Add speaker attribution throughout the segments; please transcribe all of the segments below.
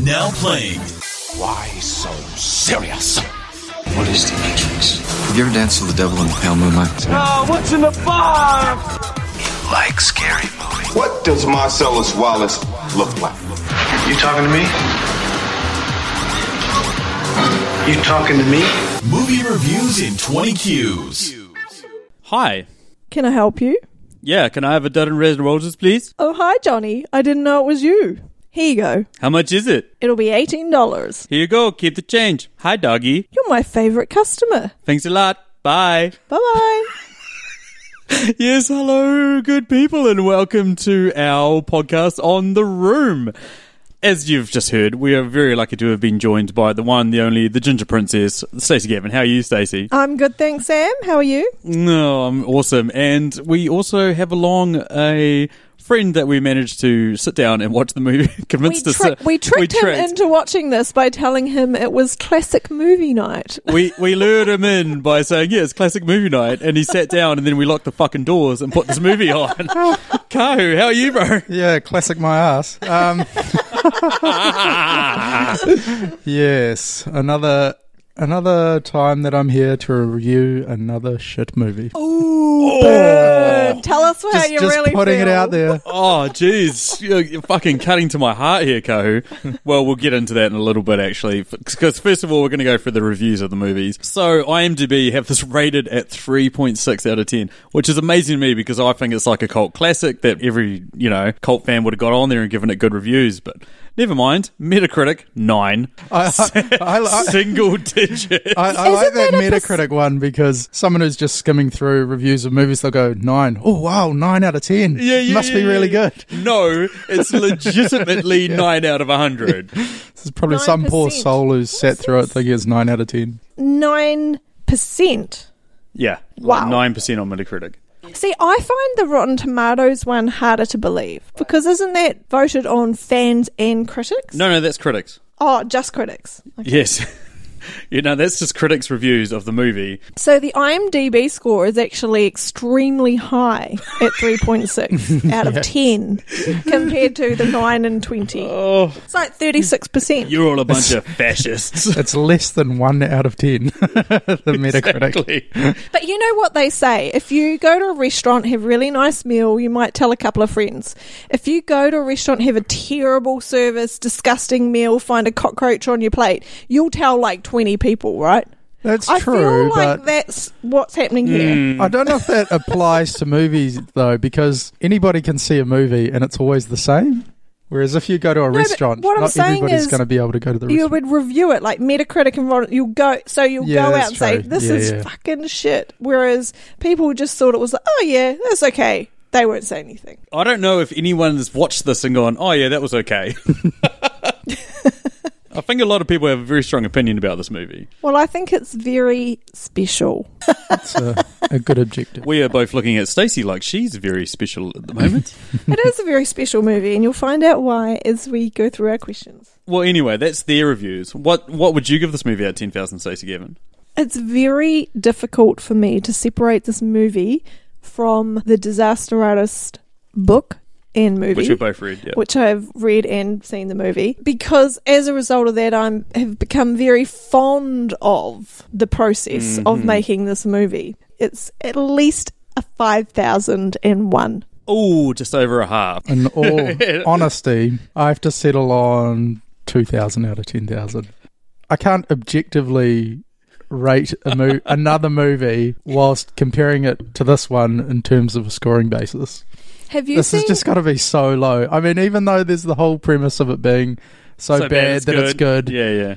Speaker 1: Now playing.
Speaker 2: Why so serious? What is the Matrix?
Speaker 3: Have you ever danced with the devil in the pale moonlight?
Speaker 2: Like scary movies.
Speaker 4: What does Marcellus Wallace look like?
Speaker 5: You talking to me? You talking to me?
Speaker 1: Movie reviews in 20 cues.
Speaker 6: Hi.
Speaker 7: Can I help you?
Speaker 6: Yeah, can I have a dozen red roses, please?
Speaker 7: Oh, hi, Johnny. I didn't know it was you. Here you go.
Speaker 6: How much is it?
Speaker 7: It'll be $18.
Speaker 6: Here you go. Keep the change. Hi, doggy.
Speaker 7: You're my favorite customer.
Speaker 6: Thanks a lot. Bye.
Speaker 7: Bye bye.
Speaker 6: Yes, hello, good people, and welcome to our podcast on the room. As you've just heard, we are very lucky to have been joined by the one, the only, the Ginger Princess, Stacey Gavin. How are you, Stacey?
Speaker 7: I'm good, thanks, Sam. How are you?
Speaker 6: No, Oh, I'm awesome. And we also have along a friend that we managed to sit down and watch the movie.
Speaker 7: We,
Speaker 6: convinced us
Speaker 7: trick-
Speaker 6: that-
Speaker 7: we tricked him
Speaker 6: tricked.
Speaker 7: into watching this by telling him it was classic movie night.
Speaker 6: we we lured him in by saying, "Yeah, it's classic movie night," and he sat down, and then we locked the fucking doors and put this movie on. Kahu, how are you, bro?
Speaker 8: Yeah, classic my ass. Um, yes, another another time that I'm here to review another shit movie.
Speaker 7: Burn. Tell us how
Speaker 8: Oh. just
Speaker 7: Oh, you
Speaker 8: just
Speaker 7: really
Speaker 8: putting
Speaker 7: feel.
Speaker 8: it out there.
Speaker 6: Oh, jeez, you're, you're fucking cutting to my heart here, Kahu. Well, we'll get into that in a little bit, actually, because first of all, we're going to go for the reviews of the movies. So, IMDb have this rated at three point six out of ten, which is amazing to me because I think it's like a cult classic that every you know cult fan would have got on there and given it good reviews, but. Never mind. Metacritic nine.
Speaker 8: I, I, I, I,
Speaker 6: single digit.
Speaker 8: I, I like
Speaker 7: Isn't
Speaker 8: that
Speaker 7: that a pers-
Speaker 8: Metacritic one because someone who's just skimming through reviews of movies, they'll go nine. Oh wow, nine out of ten. must be really good.
Speaker 6: No, it's legitimately nine out of a hundred.
Speaker 8: This is probably some poor
Speaker 7: 9%.
Speaker 8: soul who's sat through it thinking it's nine out of ten.
Speaker 7: 9%.
Speaker 6: Yeah,
Speaker 7: Wow.
Speaker 6: nine percent on Metacritic.
Speaker 7: See, I find the Rotten Tomatoes one harder to believe because isn't that voted on fans and critics?
Speaker 6: No, no, that's critics.
Speaker 7: Oh, just critics.
Speaker 6: Yes, you know that's just critics' reviews of the movie.
Speaker 7: So the IMDb score is actually extremely high at 3.6 out of 10 compared to the 9 and 20.
Speaker 8: Oh.
Speaker 7: It's like 36%.
Speaker 6: You're all a bunch of fascists.
Speaker 8: It's less than one out of ten. the Metacritic.
Speaker 6: Exactly.
Speaker 7: but you know what they say? If you go to a restaurant, have a really nice meal, you might tell a couple of friends. If you go to a restaurant, have a terrible service, disgusting meal, find a cockroach on your plate, you'll tell like 20 people, right?
Speaker 8: That's
Speaker 7: I
Speaker 8: true,
Speaker 7: feel like
Speaker 8: but Hmm.
Speaker 7: that's what's happening here.
Speaker 8: I don't know if that applies to movies though, because anybody can see a movie and it's always the same. Whereas if you go to a
Speaker 7: but
Speaker 8: restaurant,
Speaker 7: what I'm
Speaker 8: not
Speaker 7: saying
Speaker 8: everybody's
Speaker 7: is
Speaker 8: going to be able to go to the
Speaker 7: you
Speaker 8: restaurant.
Speaker 7: would review it like Metacritic and Rotten. You'll go, so you'll
Speaker 8: Yeah,
Speaker 7: go
Speaker 8: that's
Speaker 7: out and say
Speaker 8: true.
Speaker 7: this
Speaker 8: Yeah,
Speaker 7: is
Speaker 8: yeah.
Speaker 7: fucking shit. Whereas people just thought it was like, oh yeah, that's okay. They won't say anything.
Speaker 6: I don't know if anyone's watched this and gone, "Oh yeah, that was okay." I think a lot of people have a very strong opinion about this movie.
Speaker 7: Well, I think it's very special.
Speaker 8: It's a, a good objective.
Speaker 6: We are both looking at Stacey like she's very special at the moment.
Speaker 7: it is a very special movie, and you'll find out why as we go through our questions.
Speaker 6: Well, anyway, that's their reviews. What what would you give this movie out of ten thousand, Stacey Gavin?
Speaker 7: It's very difficult for me to separate this movie from the Disaster Artist book and movie.
Speaker 6: Which we both read. Yeah.
Speaker 7: which I've read and seen the movie because as a result of that I have become very fond of the process of
Speaker 6: Mm-hmm.
Speaker 7: making this movie. It's at least a 5001.
Speaker 6: Oh, just over a half.
Speaker 8: In all honesty, I have to settle on two thousand out of ten thousand. I can't objectively rate a mo- another movie whilst comparing it to this one in terms of a scoring basis.
Speaker 7: Have you
Speaker 8: this
Speaker 7: seen
Speaker 8: has just got to be so low. I mean, even though there's the whole premise of it being so, bad, that it's good,
Speaker 6: Yeah, yeah.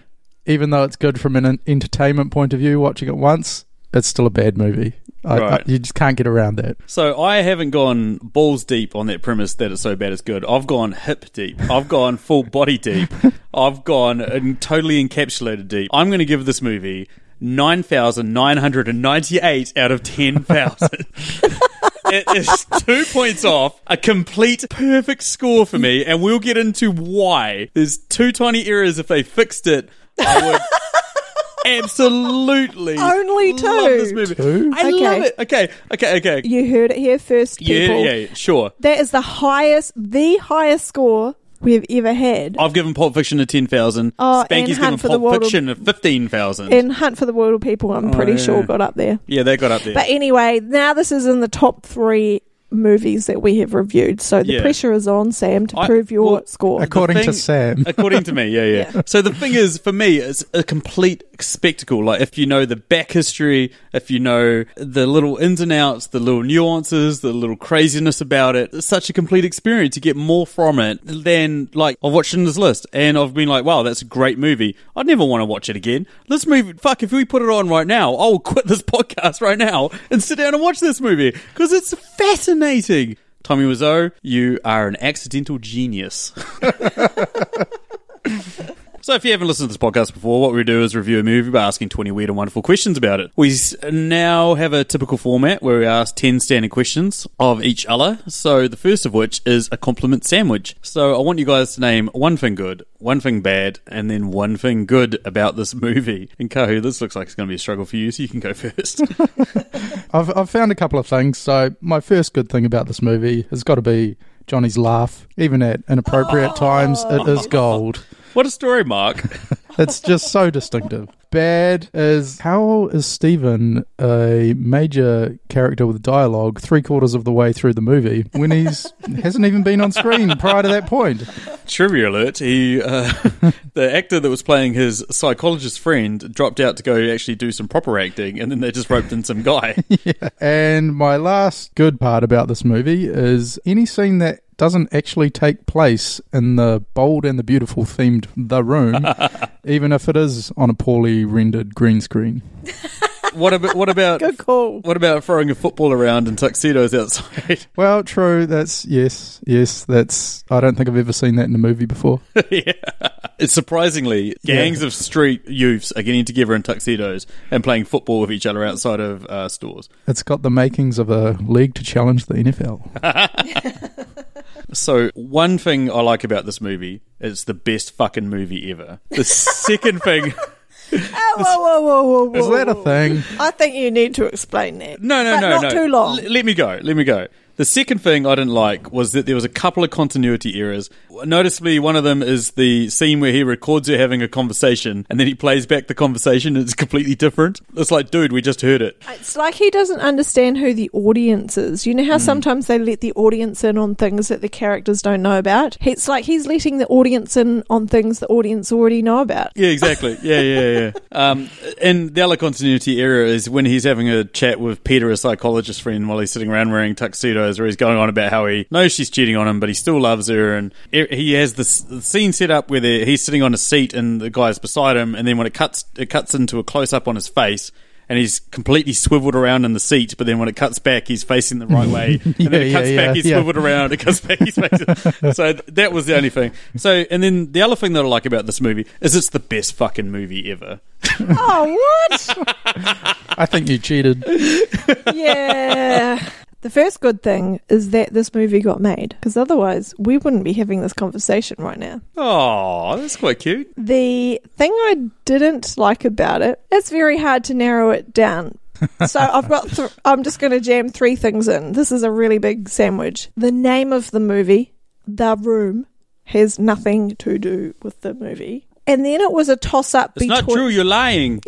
Speaker 8: even though it's good from an en- entertainment point of view, watching it once, it's still a bad movie. I,
Speaker 6: Right.
Speaker 8: I, you just can't get around that.
Speaker 6: So I haven't gone balls deep on that premise that it's so bad it's good. I've gone hip deep. I've gone full body deep. I've gone en- totally encapsulated deep. I'm going to give this movie nine thousand nine hundred and ninety-eight out of ten thousand. it is two points off a complete perfect score for me, and we'll get into why. There's two tiny errors. If they fixed it, I would. Absolutely,
Speaker 7: Only
Speaker 6: love this
Speaker 7: two.
Speaker 6: movie.
Speaker 8: Two?
Speaker 6: I love
Speaker 7: Okay.
Speaker 6: it. Okay, okay, okay.
Speaker 7: you heard it here first
Speaker 6: Yeah,
Speaker 7: people.
Speaker 6: yeah, yeah, sure.
Speaker 7: That is the highest the highest score we've ever had.
Speaker 6: I've given Pulp Fiction a 10,000.
Speaker 7: Oh, and
Speaker 6: Spanky's given
Speaker 7: Hunt for the
Speaker 6: Pulp
Speaker 7: Wilder-
Speaker 6: Fiction a 15,000.
Speaker 7: And Hunt for the World People, I'm pretty sure,
Speaker 6: Oh, yeah.
Speaker 7: got up there.
Speaker 6: yeah, they got up there.
Speaker 7: But anyway, now this is in the top three movies that we have reviewed. So the
Speaker 6: Yeah.
Speaker 7: pressure is on, Sam, to
Speaker 6: I-
Speaker 7: prove your
Speaker 6: well,
Speaker 7: score.
Speaker 6: The
Speaker 8: According to Sam.
Speaker 6: According to me, yeah, yeah,
Speaker 7: Yeah.
Speaker 6: So the thing is, for me, it's a complete spectacle. Like, if you know the back history, if you know the little ins and outs, the little nuances, the little craziness about it, it's such a complete experience. You get more from it than, like, I've watched in this list and I've been like, wow, that's a great movie. I'd never want to watch it again. Let's move. Fuck, if we put it on right now, I'll quit this podcast right now and sit down and watch this movie because it's fascinating. Tommy Wiseau, you are an accidental genius. So if you haven't listened to this podcast before, what we do is review a movie by asking 20 weird and wonderful questions about it. We s- now have a typical format where we ask 10 standard questions of each other. So the first of which is a compliment sandwich. So I want you guys to name one thing good, one thing bad, and then one thing good about this movie. And Kahu, this looks like it's going to be a struggle for you, so you can go first.
Speaker 8: I've, I've found a couple of things. So, my first good thing about this movie has got to be Johnny's laugh. Even at inappropriate times, it is gold.
Speaker 6: what a story, Mark.
Speaker 8: It's just so distinctive. Bad is how is Stephen a major character with dialogue three quarters of the way through the movie when he's hasn't even been on screen prior to that point?
Speaker 6: Trivia alert: He, uh, the actor that was playing his psychologist friend, dropped out to go actually do some proper acting, and then they just roped in some guy.
Speaker 8: And my last good part about this movie is any scene that doesn't actually take place in the bold and the beautiful themed The Room, even if it is on a poorly rendered green screen.
Speaker 6: what about what about
Speaker 7: Good call.
Speaker 6: what about throwing a football around and tuxedos outside?
Speaker 8: Well, true. That's yes, yes. That's I don't think I've ever seen that in a movie before.
Speaker 6: yeah. It's surprisingly, gangs of street youths are getting together in tuxedos and playing football with each other outside of uh, stores.
Speaker 8: It's got the makings of a league to challenge the NFL.
Speaker 6: So one thing I like about this movie, it's the best fucking movie ever. The second thing.
Speaker 7: Oh, whoa, whoa, whoa, whoa, whoa.
Speaker 8: Is that a thing?
Speaker 7: I think you need to explain that.
Speaker 6: No, no,
Speaker 7: but
Speaker 6: no,
Speaker 7: not
Speaker 6: no.
Speaker 7: too long.
Speaker 6: L- let me go. Let me go. The second thing I didn't like was that there was a couple of continuity errors. Noticeably, one of them is the scene where he records her having a conversation, and then he plays back the conversation, and it's completely different. It's like, dude, we just heard it.
Speaker 7: It's like he doesn't understand who the audience is. You know
Speaker 6: Hmm.
Speaker 7: how sometimes they let the audience in on things that the characters don't know about? It's like he's letting the audience in on things the audience already know about.
Speaker 6: Yeah, exactly. Yeah, yeah, yeah. um, and the other continuity error is when he's having a chat with Peter, a psychologist friend, while he's sitting around wearing tuxedos, where he's going on about how he knows she's cheating on him, but he still loves her. And e- he has this the scene set up where they- he's sitting on a seat and the guy's beside him, and then when it cuts, it cuts into a close up on his face. And he's completely swiveled around in the seat, but then when it cuts back, he's facing the right way. And then it
Speaker 8: Yeah,
Speaker 6: cuts
Speaker 8: yeah,
Speaker 6: back,
Speaker 8: yeah,
Speaker 6: he's
Speaker 8: yeah.
Speaker 6: swiveled around, it cuts back, he's facing. so that was the only thing. So, and then the other thing that I like about this movie is it's the best fucking movie ever.
Speaker 7: oh, what?
Speaker 8: I think you cheated.
Speaker 7: yeah. The first good thing is that this movie got made, because otherwise we wouldn't be having this conversation right now.
Speaker 6: Oh, that's quite cute.
Speaker 7: The thing I didn't like about it, it's very hard to narrow it down. so I've got, th- I'm just going to jam three things in. This is a really big sandwich. The name of the movie, The Room, has nothing to do with the movie. And then it was a toss up
Speaker 6: It's
Speaker 7: between.
Speaker 6: not true. You're lying.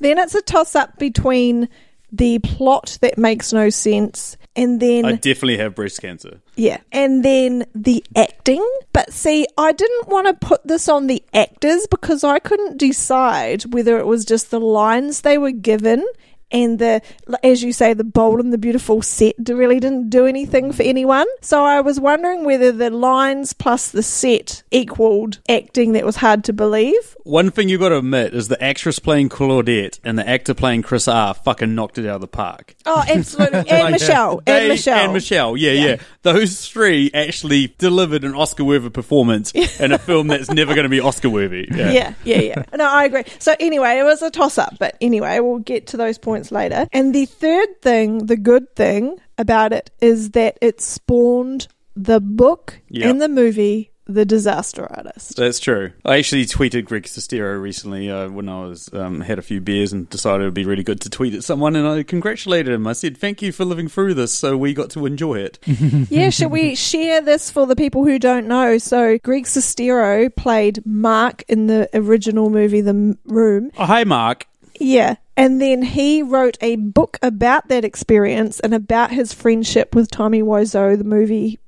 Speaker 7: Then it's a toss up between the plot that makes no sense and then
Speaker 6: I definitely have breast cancer.
Speaker 7: yeah and then the acting but see i didn't want to put this on the actors because i couldn't decide whether it was just the lines they were given and the as you say the bold and the beautiful set d- really didn't do anything for anyone so i was wondering whether the lines plus the set equaled acting that was hard to believe
Speaker 6: One thing you got to admit is the actress playing Claudette and the actor playing Chris R fucking knocked it out of the park.
Speaker 7: oh absolutely and
Speaker 6: Like,
Speaker 7: michelle
Speaker 6: they-
Speaker 7: and michelle
Speaker 6: And Michelle, yeah, yeah, Those three actually delivered an Oscar worthy performance in a film that's never going to be Oscar worthy.
Speaker 7: yeah, yeah, yeah. No, I agree. So anyway, it was a toss up, but anyway, we'll get to those points later. And the third thing, the good thing about it is that it spawned the book
Speaker 6: Yeah.
Speaker 7: and the movie the disaster artist.
Speaker 6: That's true. I actually tweeted Greg Sestero recently uh, when I was um, had a few beers and decided it would be really good to tweet at someone, and I congratulated him. I said, "Thank you for living through this, so we got to enjoy it."
Speaker 7: yeah, should we share this for the people who don't know? So Greg Sestero played Mark in the original movie The M- Room.
Speaker 6: oh, hi, Mark.
Speaker 7: Yeah. And then he wrote a book about that experience and about his friendship with Tommy Wiseau, the movie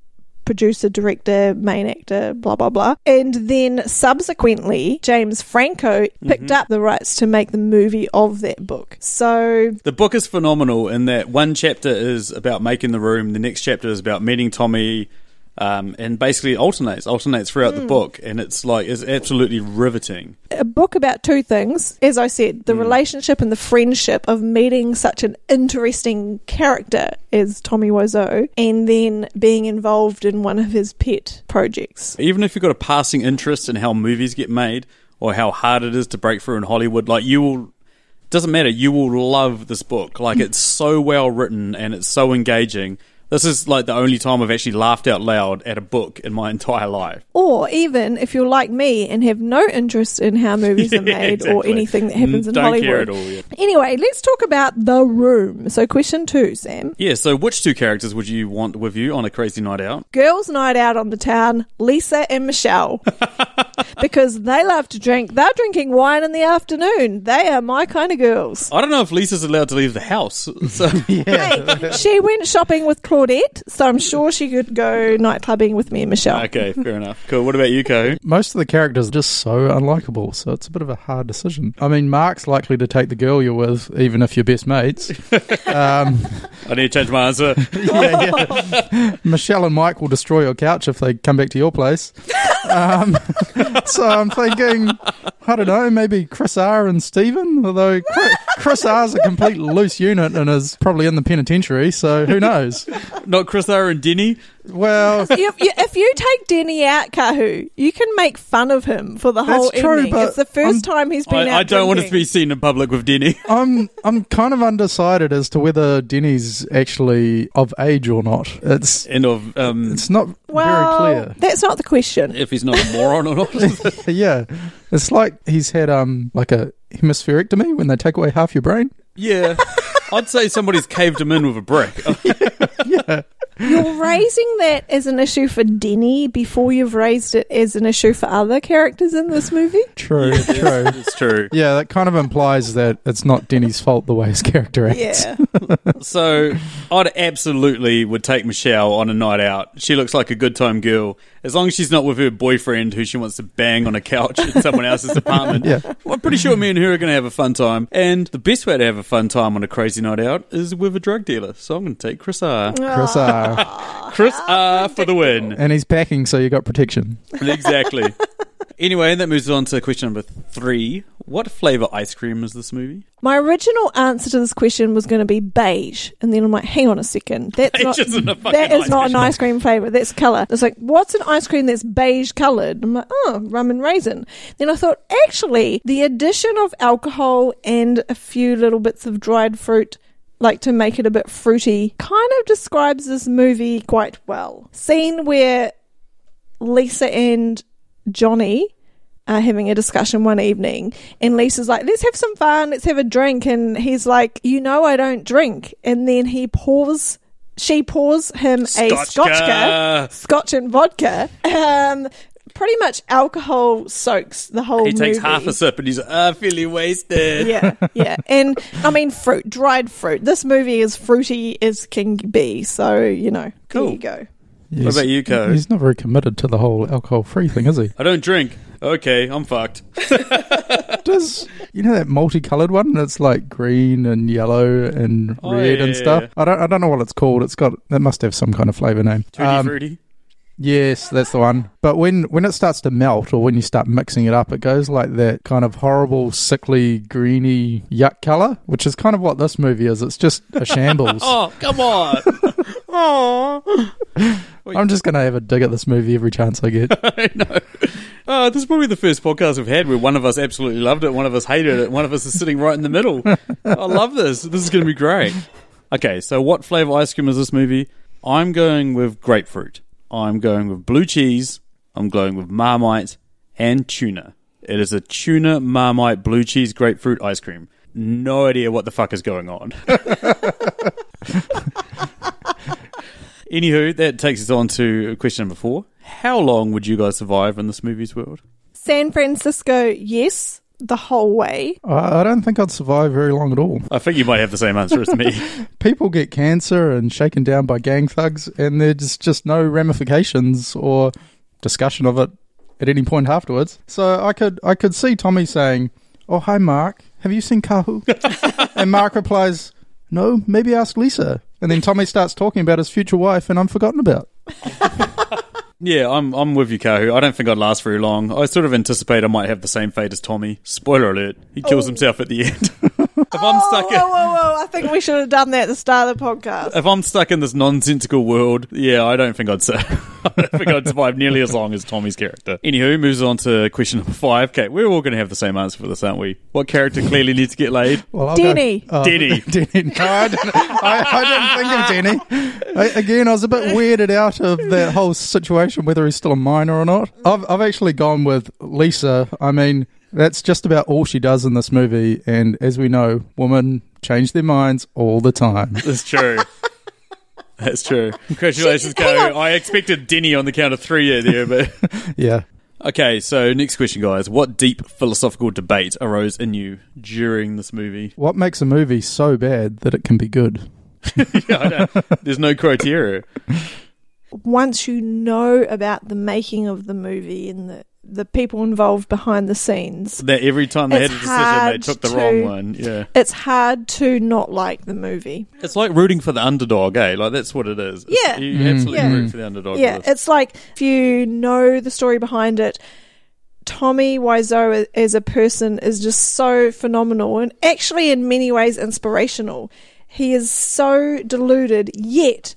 Speaker 7: producer, director, main actor, blah, blah, blah. And then subsequently, James Franco picked up the rights to make the movie of that book. So,
Speaker 6: The book is phenomenal in that one chapter is about making the room, the next chapter is about meeting Tommy, um, and basically alternates alternates throughout the book, and it's like it's absolutely riveting.
Speaker 7: a book about two things. As I said, the relationship and the friendship of meeting such an interesting character as Tommy Wiseau, and then being involved in one of his pet projects.
Speaker 6: Even if you've got a passing interest in how movies get made or how hard it is to break through in Hollywood, like you will, doesn't matter. You will love this book. Like it's so well written and it's so engaging. This is like the only time I've actually laughed out loud at a book in my entire life.
Speaker 7: Or even if you're like me and have no interest in how movies are
Speaker 6: Yeah,
Speaker 7: made or
Speaker 6: exactly.
Speaker 7: anything that happens in
Speaker 6: Don't
Speaker 7: Hollywood.
Speaker 6: care at all, yeah.
Speaker 7: Anyway, let's talk about The Room. So, question two, Sam.
Speaker 6: Yeah. So, which two characters would you want with you on a crazy night out?
Speaker 7: Girls' night out on the town, Lisa and Michelle. because they love to drink. They're drinking wine in the afternoon. They are my kind of girls.
Speaker 6: I don't know if Lisa's allowed to leave the house. So
Speaker 7: Hey, she went shopping with Claudette, so I'm sure she could go night clubbing with me and Michelle.
Speaker 6: okay, fair enough. Cool. What about you, Co?
Speaker 8: Most of the characters are just so unlikable, so it's a bit of a hard decision. I mean, Mark's likely to take the girl you're with, even if you're best mates.
Speaker 6: I need to change my answer.
Speaker 8: Michelle and Mike will destroy your couch if they come back to your place. Um, so I'm thinking, I don't know, maybe Chris R and Stephen. Although Chris, Chris R's a complete loose unit and is probably in the penitentiary, so who knows?
Speaker 6: Not Chris Thayer and Denny.
Speaker 8: Well,
Speaker 7: you, you, if you take Denny out, Kahu, you can make fun of him for the whole
Speaker 8: That's true,
Speaker 7: evening.
Speaker 8: but
Speaker 7: it's the 1st time he's
Speaker 6: I,
Speaker 7: been out.
Speaker 6: I don't want to be
Speaker 7: drinking.
Speaker 6: seen in public with Denny.
Speaker 8: I'm I'm kind of undecided as to whether Denny's actually of age or not. It's
Speaker 6: End of um,
Speaker 8: it's not very
Speaker 7: Well,
Speaker 8: clear.
Speaker 7: that's not the question.
Speaker 6: if he's not a moron or not.
Speaker 8: yeah, it's like he's had um like a hemispherectomy when they take away half your brain.
Speaker 6: yeah. I'd say somebody's caved him in with a brick.
Speaker 7: You're raising that as an issue for Denny before you've raised it as an issue for other characters in this movie.
Speaker 8: True, true.
Speaker 6: It's true.
Speaker 8: Yeah, that kind of implies that it's not Denny's fault the way his character acts.
Speaker 7: Yeah.
Speaker 6: So I'd absolutely would take Michelle on a night out. She looks like a good time girl. As long as she's not with her boyfriend who she wants to bang on a couch in someone else's apartment.
Speaker 8: Yeah.
Speaker 6: Well, I'm pretty sure me and her are going to have a fun time. And the best way to have a fun time on a crazy night out is with a drug dealer. So I'm going to take Chris R.
Speaker 8: Chris
Speaker 7: Ah.
Speaker 8: R.
Speaker 6: Chris R for the win.
Speaker 8: And he's packing, so you got protection.
Speaker 6: Exactly. Anyway, that moves on to question number three. What flavor ice cream is this movie?
Speaker 7: My original answer to this question was going to be beige, and then I'm like, hang on a second, that's
Speaker 6: Beige
Speaker 7: not
Speaker 6: isn't a fucking
Speaker 7: that is
Speaker 6: ice
Speaker 7: not an
Speaker 6: cream.
Speaker 7: ice cream flavor. That's color. It's like, what's an ice cream that's beige colored? I'm like, oh, rum and raisin. Then I thought, actually, the addition of alcohol and a few little bits of dried fruit. Like to make it a bit fruity, kind of describes this movie quite well. Scene where Lisa and Johnny are uh, having a discussion one evening, and Lisa's like, "Let's have some fun. Let's have a drink." And he's like, "You know, I don't drink." And then he pours, she pours him a
Speaker 6: Scotchka.
Speaker 7: scotchka, scotch and vodka. Um, pretty much alcohol soaks the whole.
Speaker 6: He takes
Speaker 7: movie.
Speaker 6: half a sip and he's uh, fairly wasted.
Speaker 7: Yeah, yeah, and I mean fruit, dried fruit. This movie is fruity as can be, so you know,
Speaker 6: Cool.
Speaker 7: there you go.
Speaker 8: He's-
Speaker 6: about you, Co?
Speaker 8: He's not very committed to the whole alcohol free thing, is he?
Speaker 6: I don't drink. Okay, I'm fucked.
Speaker 8: Does you know that multicolored one that's like green and yellow and
Speaker 6: Oh,
Speaker 8: red
Speaker 6: yeah,
Speaker 8: and
Speaker 6: yeah,
Speaker 8: stuff?
Speaker 6: yeah.
Speaker 8: I don't I don't know what it's called. It's got that must have some kind of flavour name.
Speaker 6: Tutti
Speaker 8: Um,
Speaker 6: frutti.
Speaker 8: Yes, that's the one. But when when it starts to melt or when you start mixing it up, it goes like that kind of horrible, sickly, greeny yuck color, which is kind of what this movie is. It's just a shambles.
Speaker 6: Oh, come on. Oh.
Speaker 8: I'm just gonna have a dig at this movie every chance I get.
Speaker 6: Uh, this is probably the first podcast we've had where one of us absolutely loved it, one of us hated it, one of us is sitting right in the middle. I love this. This is going to be great. Okay, so what flavor ice cream is this movie? I'm going with grapefruit. I'm going with blue cheese. I'm going with Marmite and tuna. It is a tuna Marmite blue cheese grapefruit ice cream. No idea what the fuck is going on. Anywho, that takes us on to question number four. How long would you guys survive in this movie's world?
Speaker 7: San Francisco, yes, the whole way.
Speaker 8: I I don't think I'd survive very long at all.
Speaker 6: I think you might have the same answer as me.
Speaker 8: People get cancer and shaken down by gang thugs, and there's just no ramifications or discussion of it at any point afterwards. So I could I could see Tommy saying, "Oh hi Mark, have you seen Kahu?" and Mark replies, "No, maybe ask Lisa." And then Tommy starts talking about his future wife, and I'm forgotten about.
Speaker 6: yeah, I'm I'm with you, Kahu. I don't think I'd last very long. I sort of anticipate I might have the same fate as Tommy. Spoiler alert: he kills himself at the end. if I'm
Speaker 7: Oh,
Speaker 6: stuck
Speaker 7: whoa,
Speaker 6: in,
Speaker 7: whoa, whoa. I think we should have done that at the start of the podcast.
Speaker 6: if I'm stuck in this nonsensical world, yeah, I don't think I'd sur- I don't think I'd survive nearly as long as Tommy's character. Anywho, moves on to question number five. Okay, we're all going to have the same answer for this, aren't we? What character clearly needs to get laid?
Speaker 8: Well, I'll go-
Speaker 7: Denny.
Speaker 6: Denny.
Speaker 8: Denny. No, I didn't, I, I didn't think of Denny. I, again, I was a bit weirded out of that whole situation, whether he's still a minor or not. I've, I've actually gone with Lisa. I mean, that's just about all she does in this movie. And as we know, women change their minds all the time.
Speaker 6: That's true. That's true. Congratulations,
Speaker 7: Hang
Speaker 6: Kahu.
Speaker 7: on.
Speaker 6: I expected Denny on the count of three there, but.
Speaker 8: Yeah.
Speaker 6: Okay, so next question, guys. What deep philosophical debate arose in you during this movie?
Speaker 8: What makes a movie so bad that it can be good?
Speaker 6: There's no criteria.
Speaker 7: Once you know about the making of the movie and the, the people involved behind the scenes,
Speaker 6: That every time they
Speaker 7: It's
Speaker 6: had a decision,
Speaker 7: hard
Speaker 6: they took the
Speaker 7: to-
Speaker 6: wrong one. Yeah,
Speaker 7: it's hard to not like the movie.
Speaker 6: it's like rooting for the underdog, eh? Like that's what it is. It's-
Speaker 7: Yeah.
Speaker 6: you absolutely
Speaker 7: Yeah.
Speaker 6: root for the underdog.
Speaker 7: Yeah,
Speaker 6: with this.
Speaker 7: it's like if you know the story behind it, Tommy Wiseau a- as a person is just so phenomenal and actually, in many ways, inspirational. He is so deluded, yet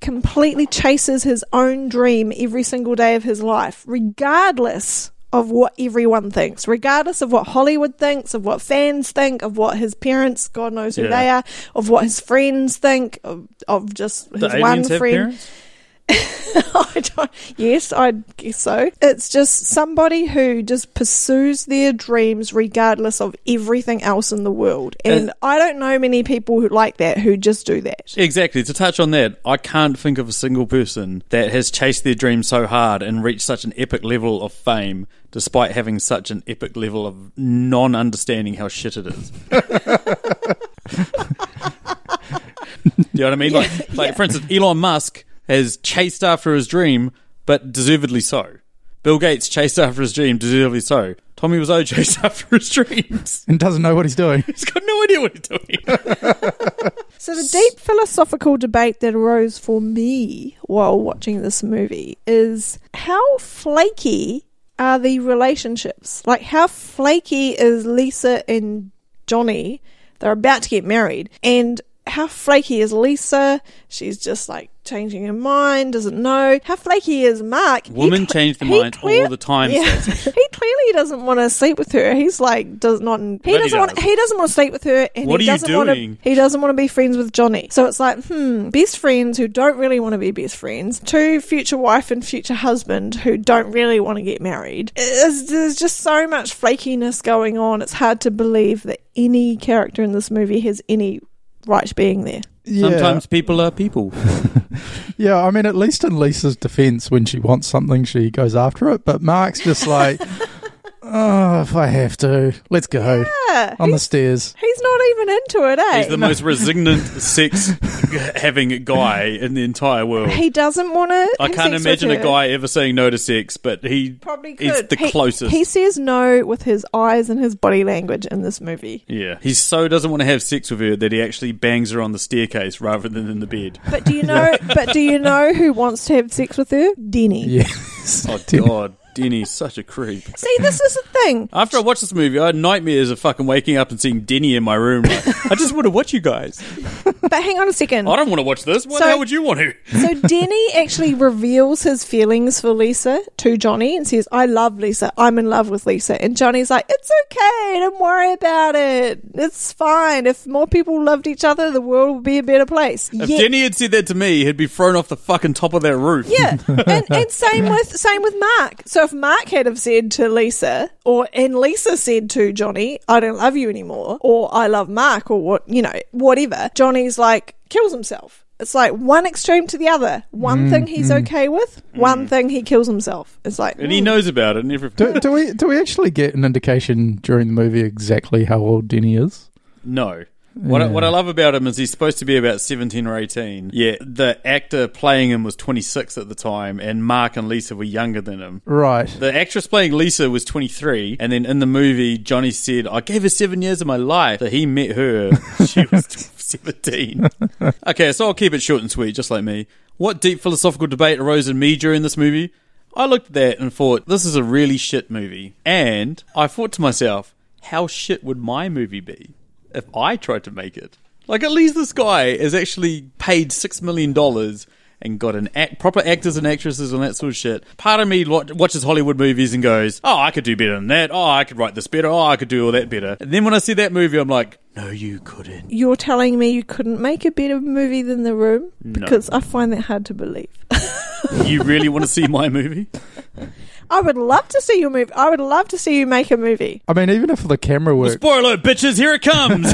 Speaker 7: completely chases his own dream every single day of his life, regardless of what everyone thinks, regardless of what Hollywood thinks, of what fans think, of what his parents, God knows who
Speaker 6: Yeah.
Speaker 7: they are, of what his friends think, of, of just his
Speaker 6: the
Speaker 7: one
Speaker 6: aliens have
Speaker 7: friend.
Speaker 6: parents.
Speaker 7: I don't, yes, I guess so. It's just somebody who just pursues their dreams regardless of everything else in the world. And
Speaker 6: Uh,
Speaker 7: I don't know many people who like that who just do that.
Speaker 6: Exactly. To touch on that, I can't think of a single person that has chased their dream so hard and reached such an epic level of fame, despite having such an epic level of non-understanding how shit it is. Do you know what I mean? like, like for instance, Elon Musk has chased after his dream, but deservedly so. Bill Gates chased after his dream, deservedly so. Tommy Wiseau chased after his dreams.
Speaker 8: And doesn't know what he's doing.
Speaker 6: He's got no idea what he's doing.
Speaker 7: So, the deep philosophical debate that arose for me while watching this movie is how flaky are the relationships? Like, how flaky is Lisa and Johnny? They're about to get married. And how flaky is Lisa? She's just like changing her mind, doesn't know. How flaky is Mark? He
Speaker 6: Women
Speaker 7: cle-
Speaker 6: change their
Speaker 7: he
Speaker 6: minds all the time,
Speaker 7: Yeah. he clearly doesn't want to sleep with her. He's like does not. He
Speaker 6: Bloody
Speaker 7: doesn't want.
Speaker 6: does.
Speaker 7: He doesn't want to sleep with her. And
Speaker 6: What
Speaker 7: he
Speaker 6: are you
Speaker 7: doesn't wanna-
Speaker 6: doing?
Speaker 7: he doesn't want to be friends with Johnny. So it's like, hmm, best friends who don't really want to be best friends, two future wife and future husband who don't really want to get married. It's- there's just so much flakiness going on. It's hard to believe that any character in this movie has any right being there.
Speaker 6: Sometimes people are people.
Speaker 8: Yeah, I mean, at least in Lisa's defense, when she wants something, she goes after it. But Mark's just like, oh, if I have to, let's go
Speaker 7: Yeah,
Speaker 8: on the
Speaker 7: he's,
Speaker 8: stairs.
Speaker 7: he's not even into it, eh?
Speaker 6: He's the most resignant sex having guy in the entire world.
Speaker 7: he doesn't want to.
Speaker 6: I can't imagine a guy ever saying no to sex, but he
Speaker 7: Probably could.
Speaker 6: is the
Speaker 7: He-
Speaker 6: closest.
Speaker 7: He says no with his eyes and his body language in this movie.
Speaker 6: yeah, he so doesn't want to have sex with her that he actually bangs her on the staircase rather than in the bed.
Speaker 7: But do you know? but do you know who wants to have sex with her? Denny.
Speaker 8: Yes.
Speaker 6: Oh God, Denny's such a creep.
Speaker 7: See, this is the thing.
Speaker 6: After I watched this movie, I had nightmares of fucking waking up and seeing Denny in my room. Like, I just want to watch you guys.
Speaker 7: But hang on a second.
Speaker 6: I don't want to watch this. Why the
Speaker 7: So-
Speaker 6: hell would you want to?
Speaker 7: So Denny actually reveals his feelings for Lisa to Johnny and says, I love Lisa. I'm in love with Lisa. And Johnny's like, It's okay. Don't worry about it. It's fine. If more people loved each other, the world would be a better place.
Speaker 6: If
Speaker 7: Yeah.
Speaker 6: Denny had said that to me, he'd be thrown off the fucking top of that roof.
Speaker 7: Yeah, and, and same with same with Mark. So if Mark had have said to Lisa, or and Lisa said to Johnny, "I don't love you anymore," or "I love Mark," or what you know, whatever, Johnny's like kills himself. It's like one extreme to the other. One thing he's okay with, one thing he kills himself. It's like
Speaker 6: Mm. And he
Speaker 7: mm.
Speaker 6: knows about it and everything.
Speaker 8: Do, do we do we actually get an indication during the movie exactly how old Denny is?
Speaker 6: No. What, I, what I love about him is he's supposed to be about 17 or 18. Yeah, the actor playing him was 26 at the time, and Mark and Lisa were younger than him.
Speaker 8: Right.
Speaker 6: The actress playing Lisa was 23, and then in the movie, Johnny said, I gave her seven years of my life. That he met her, she was 17. Okay, so I'll keep it short and sweet, just like me. What deep philosophical debate arose in me during this movie? I looked at that and thought, this is a really shit movie. And I thought to myself, how shit would my movie be if I tried to make it? Like, at least this guy is actually paid $6 million and got an act, proper actors and actresses and that sort of shit. Part of me lo- watches Hollywood movies and goes, "Oh, I could do better than that. Oh, I could write this better. Oh, I could do all that better." And then when I see that movie, I'm like, "No, you couldn't."
Speaker 7: "Hmm, you're telling me you couldn't make a better movie than The Room because I find that hard to believe.
Speaker 6: You really want to see my movie?
Speaker 7: I would love to see your movie. I would love to see you make a movie.
Speaker 8: I mean, even if the camera work,
Speaker 6: Spoiler, bitches! Here it comes.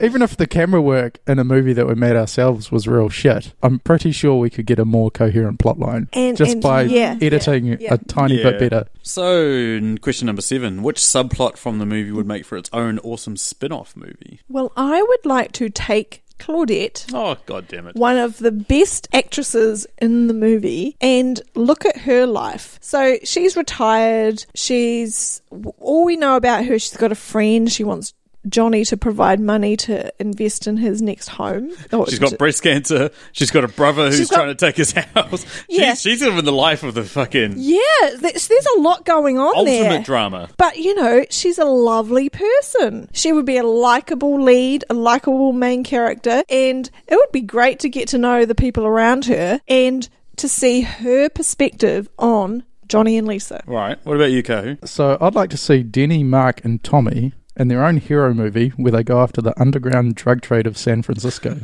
Speaker 8: even if the camera work in a movie that we made ourselves was real shit, I'm pretty sure we could get a more coherent plotline
Speaker 7: And-
Speaker 8: just
Speaker 7: and-
Speaker 8: by
Speaker 7: yeah,
Speaker 8: editing
Speaker 7: yeah, yeah.
Speaker 8: a tiny
Speaker 6: Yeah.
Speaker 8: bit better.
Speaker 6: so, question number seven: Which subplot from the movie would make for its own awesome spin-off movie?
Speaker 7: Well, I would like to take Claudette
Speaker 6: Oh, god damn it!
Speaker 7: one of the best actresses in the movie and look at her life. So she's retired. She's all we know about her. She's got a friend. She wants Johnny to provide money to invest in his next home. Or
Speaker 6: She's got
Speaker 7: to-
Speaker 6: breast cancer. She's got a brother who's
Speaker 7: She's got-
Speaker 6: trying to take his house.
Speaker 7: Yeah.
Speaker 6: She's, she's living the life of the fucking
Speaker 7: yeah, there's, there's a lot going on
Speaker 6: ultimate
Speaker 7: there.
Speaker 6: drama.
Speaker 7: But you know, she's a lovely person. She would be a likable lead, a likable main character, and it would be great to get to know the people around her and to see her perspective on Johnny and Lisa.
Speaker 6: Right. What about you, Kahu?
Speaker 8: So I'd like to see Denny, Mark, and Tommy in their own hero movie where they go after the underground drug trade of San Francisco.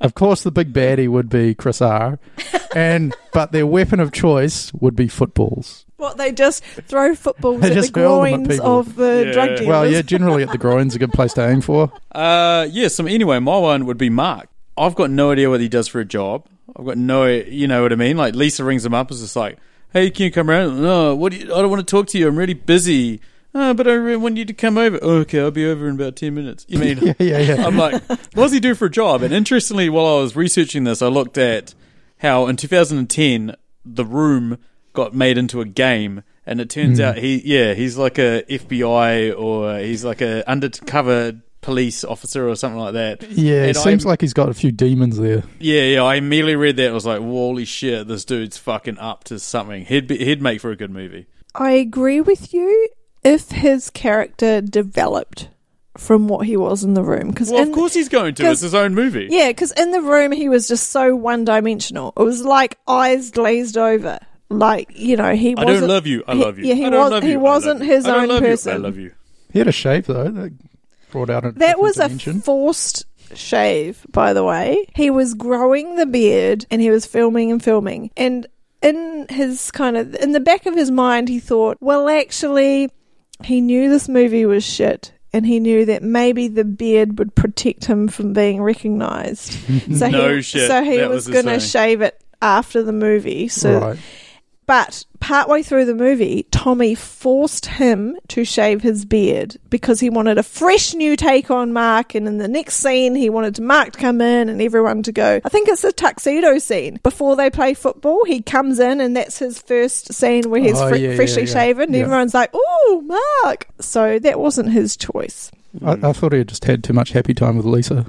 Speaker 8: of course, the big baddie would be Chris R. And but their weapon of choice would be footballs.
Speaker 7: Well, they just throw footballs
Speaker 8: They
Speaker 7: at
Speaker 8: just
Speaker 7: the
Speaker 8: hurl them at
Speaker 7: groins
Speaker 8: people.
Speaker 7: of the
Speaker 6: Yeah.
Speaker 7: drug dealers.
Speaker 8: Well, yeah, generally at the groin's a good place to aim for.
Speaker 6: Uh, yeah. So anyway, my one would be Mark. I've got no idea what he does for a job. I've got no, you know what I mean. Like Lisa rings him up, is just like, "Hey, can you come around?" No, what? Do you, I don't want to talk to you. I'm really busy. Oh, but I really want you to come over. "Oh, okay, I'll be over in about ten minutes. You mean?
Speaker 8: Yeah, yeah, yeah.
Speaker 6: I'm like, what does he do for a job? And interestingly, while I was researching this, I looked at how in 2010 The Room got made into a game, and it
Speaker 8: Hmm.
Speaker 6: turns out he, yeah, he's like a FBI or he's like a undercover police officer or something like that.
Speaker 8: Yeah,
Speaker 6: And
Speaker 8: it seems
Speaker 6: I'm-
Speaker 8: like he's got a few demons there.
Speaker 6: yeah, yeah. I immediately read that. and was like, holy shit, this dude's fucking up to something. He'd be, he'd make for a good movie.
Speaker 7: I agree with you if his character developed from what he was in the room. Cause
Speaker 6: Well,
Speaker 7: in-
Speaker 6: of course he's going to. It's
Speaker 7: because-
Speaker 6: his own movie.
Speaker 7: Yeah, because in the room he was just so one dimensional. It was like eyes glazed over. Like you know, he.
Speaker 6: I
Speaker 7: wasn't,
Speaker 6: don't love you. I
Speaker 7: he-
Speaker 6: love you.
Speaker 7: Yeah, he
Speaker 6: I don't
Speaker 7: was.
Speaker 6: love
Speaker 7: he
Speaker 6: you, I
Speaker 7: wasn't
Speaker 6: love you.
Speaker 7: his
Speaker 6: I don't
Speaker 7: own
Speaker 6: love you,
Speaker 7: person.
Speaker 6: I love you.
Speaker 8: He had a shave though that brought out a
Speaker 7: That
Speaker 8: different
Speaker 7: was a
Speaker 8: dimension.
Speaker 7: forced shave, by the way. He was growing the beard and he was filming and filming. And in his kind of in the back of his mind he thought, well actually he knew this movie was shit and he knew that maybe the beard would protect him from being recognized. So
Speaker 6: No
Speaker 7: he,
Speaker 6: shit.
Speaker 7: So he
Speaker 6: That was
Speaker 7: was,
Speaker 6: his
Speaker 7: going to
Speaker 6: thing.
Speaker 7: shave it after the movie. So
Speaker 8: right.
Speaker 7: but partway through the movie, Tommy forced him to shave his beard because he wanted a fresh new take on Mark. And in the next scene, he wanted Mark to come in and everyone to go. I think it's the tuxedo scene. Before they play football, he comes in and that's his first scene where he's
Speaker 8: Oh,
Speaker 7: fre-
Speaker 8: yeah, yeah,
Speaker 7: freshly
Speaker 8: yeah.
Speaker 7: shaven. and
Speaker 8: Yeah.
Speaker 7: Everyone's like, oh, Mark. So that wasn't his choice.
Speaker 8: I, I thought he had just had too much happy time with Lisa.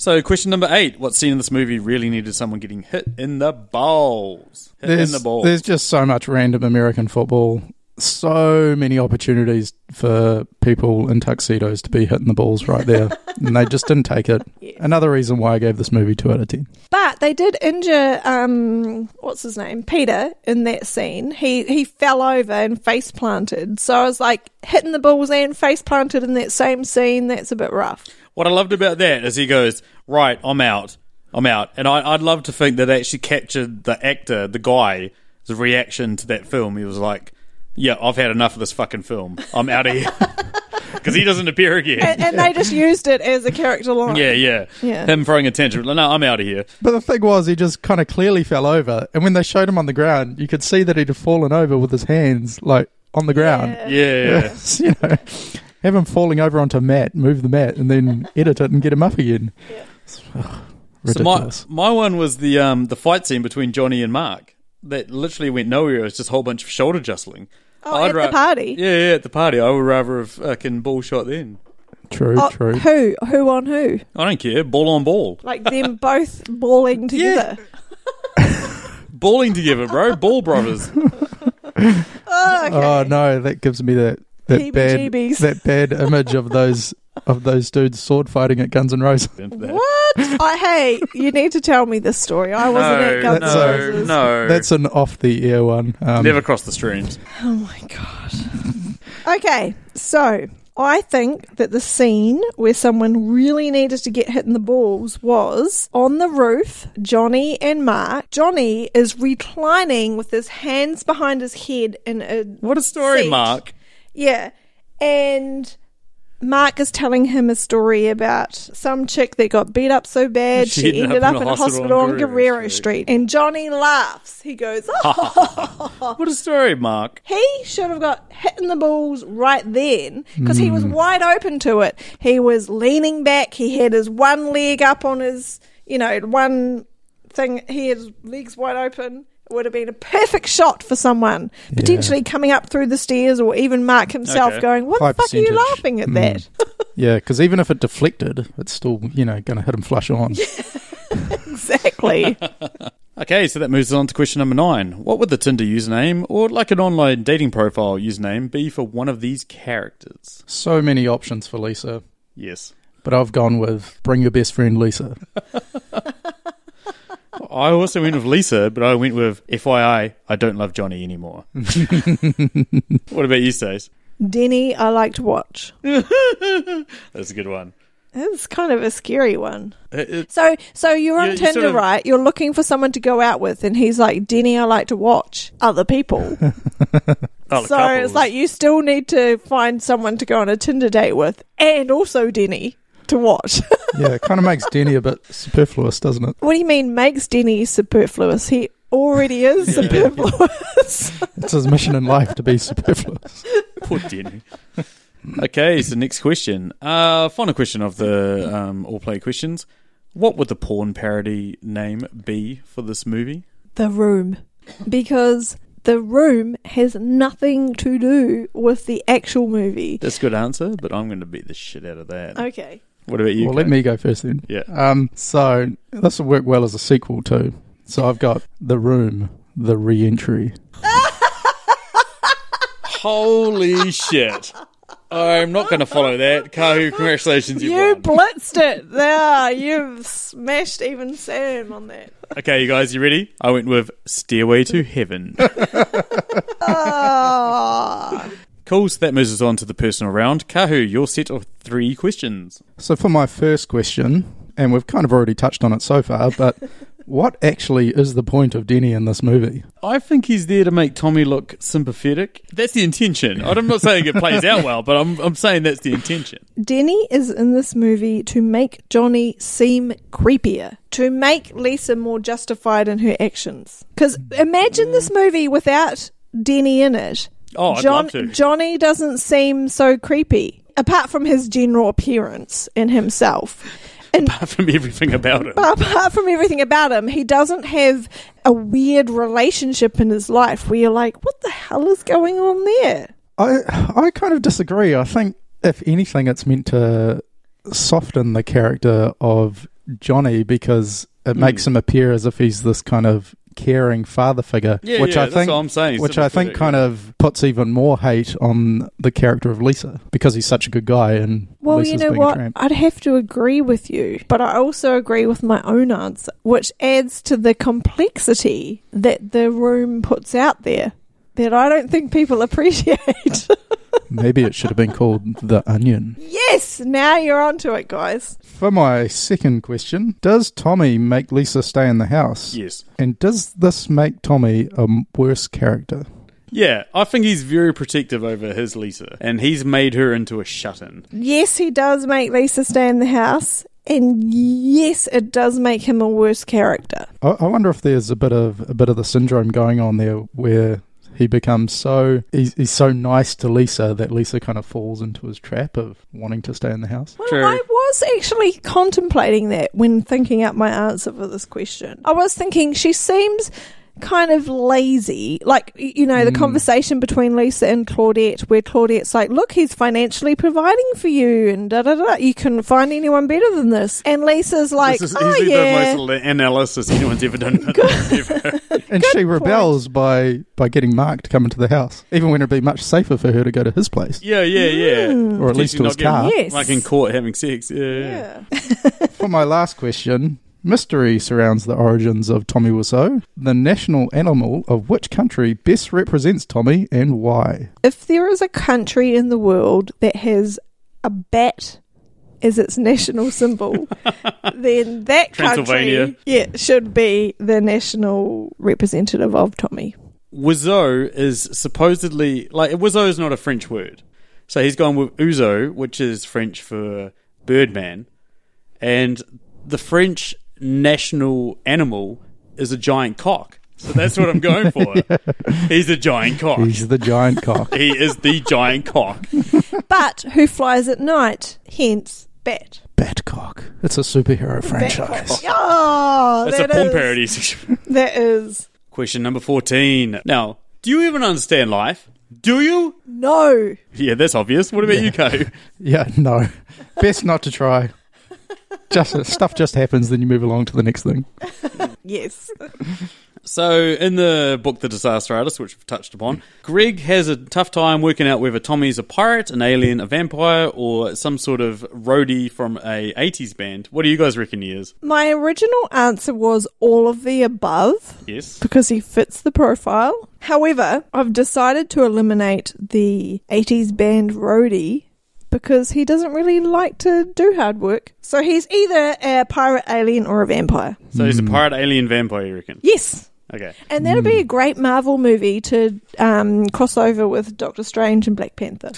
Speaker 6: So, question number eight: What scene in this movie really needed someone getting hit in the balls? Hit
Speaker 8: There's,
Speaker 6: in the balls.
Speaker 8: there's just so much random American football. So many opportunities for people in tuxedos to be hitting the balls right there, and they just didn't take it. Another reason why I gave this movie two out of ten.
Speaker 7: But they did injure um what's his name? Peter in that scene. He he fell over and face planted. So I was like hitting the balls and face planted in that same scene, that's a bit rough.
Speaker 6: What I loved about that is he goes, "Right, I'm out. I'm out." And I, I'd love to think that they actually captured the actor, the guy's reaction to that film. He was like, "Yeah, I've had enough of this fucking film. I'm out of here." Because he doesn't appear
Speaker 7: And,
Speaker 6: again.
Speaker 7: and they just used it as a character line.
Speaker 6: Yeah, yeah,
Speaker 7: Yeah.
Speaker 6: Him throwing a tantrum. No, I'm out of here.
Speaker 8: But the thing was, he just kind of clearly fell over, and when they showed him on the ground, you could see that he'd have fallen over with his hands like on the ground.
Speaker 6: Yeah.
Speaker 8: you know, have him falling over onto a mat, move the mat, and then edit it and get him up again. It's, ugh,
Speaker 6: So my
Speaker 8: ridiculous.
Speaker 6: my one was the um the fight scene between Johnny and Mark that literally went nowhere. It was just a whole bunch of shoulder jostling.
Speaker 7: Oh, at the party?
Speaker 6: Yeah, yeah, at the party. I would rather have fucking ball shot then.
Speaker 8: true,
Speaker 6: Uh,
Speaker 7: Oh,
Speaker 8: true.
Speaker 7: who? Who on who?
Speaker 6: I don't care. Ball on ball.
Speaker 7: Like them both balling together.
Speaker 6: Balling together, bro. Ball brothers.
Speaker 7: Oh, okay.
Speaker 8: Oh no, that gives me that that bad
Speaker 7: Heebie-jeebies.
Speaker 8: that bad image of those of those dudes sword fighting at Guns N' Roses.
Speaker 7: What? oh, hey, you need to tell me this story. I wasn't at Guns N'
Speaker 8: no,
Speaker 7: Roses.
Speaker 6: no.
Speaker 8: That's an off the air one. Um,
Speaker 6: Never cross the streams.
Speaker 7: Oh my god. okay, so I think that the scene where someone really needed to get hit in the balls was on the roof, Johnny and Mark. Johnny is reclining with his hands behind his head in a
Speaker 6: What a story,
Speaker 7: seat.
Speaker 6: Mark.
Speaker 7: Yeah. And Mark is telling him a story about some chick that got beat up so bad she, ended up, in a hospital on Guerrero Street. And Johnny laughs. He goes, oh.
Speaker 6: What a story, Mark.
Speaker 7: He should have got hit in the balls right then because he
Speaker 8: Hmm.
Speaker 7: was wide open to it. He was leaning back. He had his one leg up on his, you know, one thing. He had his legs wide open. It would have been a perfect shot for someone potentially coming up through the stairs or even Mark himself
Speaker 6: Okay.
Speaker 7: going, What
Speaker 8: High
Speaker 7: the fuck are you
Speaker 8: percentage.
Speaker 7: laughing at
Speaker 8: Mm.
Speaker 7: that?
Speaker 8: yeah, because even if it deflected, it's still you know going to hit him flush on.
Speaker 7: exactly.
Speaker 6: Okay, so that moves us on to question number nine. What would the Tinder username or like an online dating profile username be for one of these characters?
Speaker 8: So many options for Lisa,
Speaker 6: Yes.
Speaker 8: but I've gone with bring your best friend Lisa.
Speaker 6: I also went with Lisa, but I went with FYI, I don't love Johnny anymore. what about you, Stace?
Speaker 7: Denny, I like to watch.
Speaker 6: That's a good one.
Speaker 7: It's kind of a scary one.
Speaker 6: It- it-
Speaker 7: So, so you're on
Speaker 6: You- you
Speaker 7: Tinder,
Speaker 6: sort of-
Speaker 7: right? You're looking for someone to go out with, and he's like, "Denny, I like to watch other people." so
Speaker 6: oh, the couples.
Speaker 7: it's like you still need to find someone to go on a Tinder date with, and also Denny to watch.
Speaker 8: Yeah, it kind of makes Denny a bit superfluous, doesn't it?
Speaker 7: what do you mean makes Denny superfluous? He already is superfluous.
Speaker 8: It's his mission in life to be superfluous.
Speaker 6: Poor Denny. okay, so next question. Uh, final question of the um, all play questions. What would the porn parody name be for this movie?
Speaker 7: the room, because the room has nothing to do with the actual movie.
Speaker 6: That's a good answer, but I'm going to beat the shit out of that.
Speaker 7: Okay.
Speaker 6: What about you?
Speaker 8: Well, let
Speaker 6: Kate?
Speaker 8: me go first then.
Speaker 6: Yeah.
Speaker 8: Um, so this will work well as a sequel too. So I've got The Room, The Re-Entry.
Speaker 6: Holy shit. I'm not going to follow that. Kahu, congratulations, you,
Speaker 7: You
Speaker 6: won.
Speaker 7: blitzed it there. You've smashed even Sam on that.
Speaker 6: okay, you guys, you ready? I went with Stairway to Heaven.
Speaker 7: Oh.
Speaker 6: cool, so that moves us on to the personal round. Kahu, your set of three questions.
Speaker 8: So for my first question, and we've kind of already touched on it so far, but what actually is the point of Denny in this movie?
Speaker 6: I think he's there to make Tommy look sympathetic. That's the intention. I'm not saying it plays out well, but I'm, I'm saying that's the intention.
Speaker 7: Denny is in this movie to make Johnny seem creepier, to make Lisa more justified in her actions. Because imagine this movie without Denny in it.
Speaker 6: Mm. Oh, I'd
Speaker 7: John-
Speaker 6: love to.
Speaker 7: Johnny doesn't seem so creepy, apart from his general appearance and himself. And
Speaker 6: From everything about it.
Speaker 7: But apart from everything about him, he doesn't have a weird relationship in his life where you're like, what the hell is going on there?
Speaker 8: I I kind of disagree. I think if anything, it's meant to soften the character of Johnny because it
Speaker 6: Hmm.
Speaker 8: makes him appear as if he's this kind of caring father figure,
Speaker 6: Yeah,
Speaker 8: which
Speaker 6: yeah,
Speaker 8: I
Speaker 6: that's
Speaker 8: think,
Speaker 6: what I'm saying. He's
Speaker 8: which
Speaker 6: sort of
Speaker 8: I think
Speaker 6: pathetic,
Speaker 8: kind of puts even more hate on the character of Lisa because he's such a good guy and
Speaker 7: Well,
Speaker 8: Lisa's
Speaker 7: you know
Speaker 8: being a
Speaker 7: what?
Speaker 8: tramp.
Speaker 7: I'd have to agree with you, but I also agree with my own answer, which adds to the complexity that the room puts out there that I don't think people appreciate.
Speaker 8: Maybe it should have been called the Onion.
Speaker 7: yes, now you're onto it, guys.
Speaker 8: For my second question, does Tommy make Lisa stay in the house?
Speaker 6: Yes.
Speaker 8: And does this make Tommy a m- worse character?
Speaker 6: Yeah, I think he's very protective over his Lisa, and he's made her into a shut in.
Speaker 7: Yes, he does make Lisa stay in the house, and yes, it does make him a worse character.
Speaker 8: I, I wonder if there's a bit of a bit of the syndrome going on there where he becomes so he's, he's so nice to Lisa that Lisa kind of falls into his trap of wanting to stay in the house.
Speaker 7: Well,
Speaker 6: True.
Speaker 7: I was actually contemplating that when thinking up my answer for this question. I was thinking she seems kind of lazy. Like, y- you know, the
Speaker 6: Hmm.
Speaker 7: conversation between Lisa and Claudette, where Claudette's like, look, he's financially providing for you, and da da da. You couldn't find anyone better than this. And Lisa's like,
Speaker 6: this is
Speaker 7: oh,
Speaker 6: easily
Speaker 7: yeah.
Speaker 6: the most la- analysis anyone's ever done. Ever.
Speaker 8: And she rebels by by getting Mark to come into the house, even when it'd be much safer for her to go to his place.
Speaker 6: yeah, yeah, yeah.
Speaker 8: Or at least to his
Speaker 6: Potentially not getting-
Speaker 8: car.
Speaker 7: Yes.
Speaker 6: Like in court having sex. Yeah. yeah.
Speaker 7: Yeah.
Speaker 8: For my last question, mystery surrounds the origins of Tommy Wiseau, the national animal of which country best represents Tommy and why?
Speaker 7: if there is a country in the world that has a bat as its national symbol, then that
Speaker 6: Transylvania.
Speaker 7: country yeah, should be the national representative of Tommy.
Speaker 6: Wizo is supposedly like Wizo is not a French word, so he's gone with Uzo, which is French for Birdman, and the French national animal is a giant cock. So that's what I'm going for. He's a giant cock.
Speaker 8: He's the giant cock.
Speaker 6: he is the giant cock.
Speaker 7: But who flies at night, hence bat.
Speaker 8: Batcock. It's a superhero franchise.
Speaker 7: Oh,
Speaker 6: That's
Speaker 7: that
Speaker 6: a porn
Speaker 7: is-
Speaker 6: parody.
Speaker 7: That is.
Speaker 6: Question number 14. Now, do you even understand life? Do you?
Speaker 7: No.
Speaker 6: Yeah, that's obvious. What about you, Ko?
Speaker 8: Yeah, no. Best not to try. Just stuff just happens, then you move along to the next thing.
Speaker 7: Yes.
Speaker 6: So, in the book The Disaster Artist, which we've touched upon, Greg has a tough time working out whether Tommy's a pirate, an alien, a vampire, or some sort of roadie from a 80s band. What do you guys reckon he is?
Speaker 7: My original answer was all of the above.
Speaker 6: Yes.
Speaker 7: because he fits the profile. However, I've decided to eliminate the 80s band roadie because he doesn't really like to do hard work. So he's either a pirate alien or a vampire.
Speaker 6: So, he's a pirate, alien, vampire, you reckon?
Speaker 7: Yes.
Speaker 6: Okay.
Speaker 7: And that'd be a
Speaker 6: Hmm.
Speaker 7: great Marvel movie to um, cross over with Doctor Strange and Black Panther.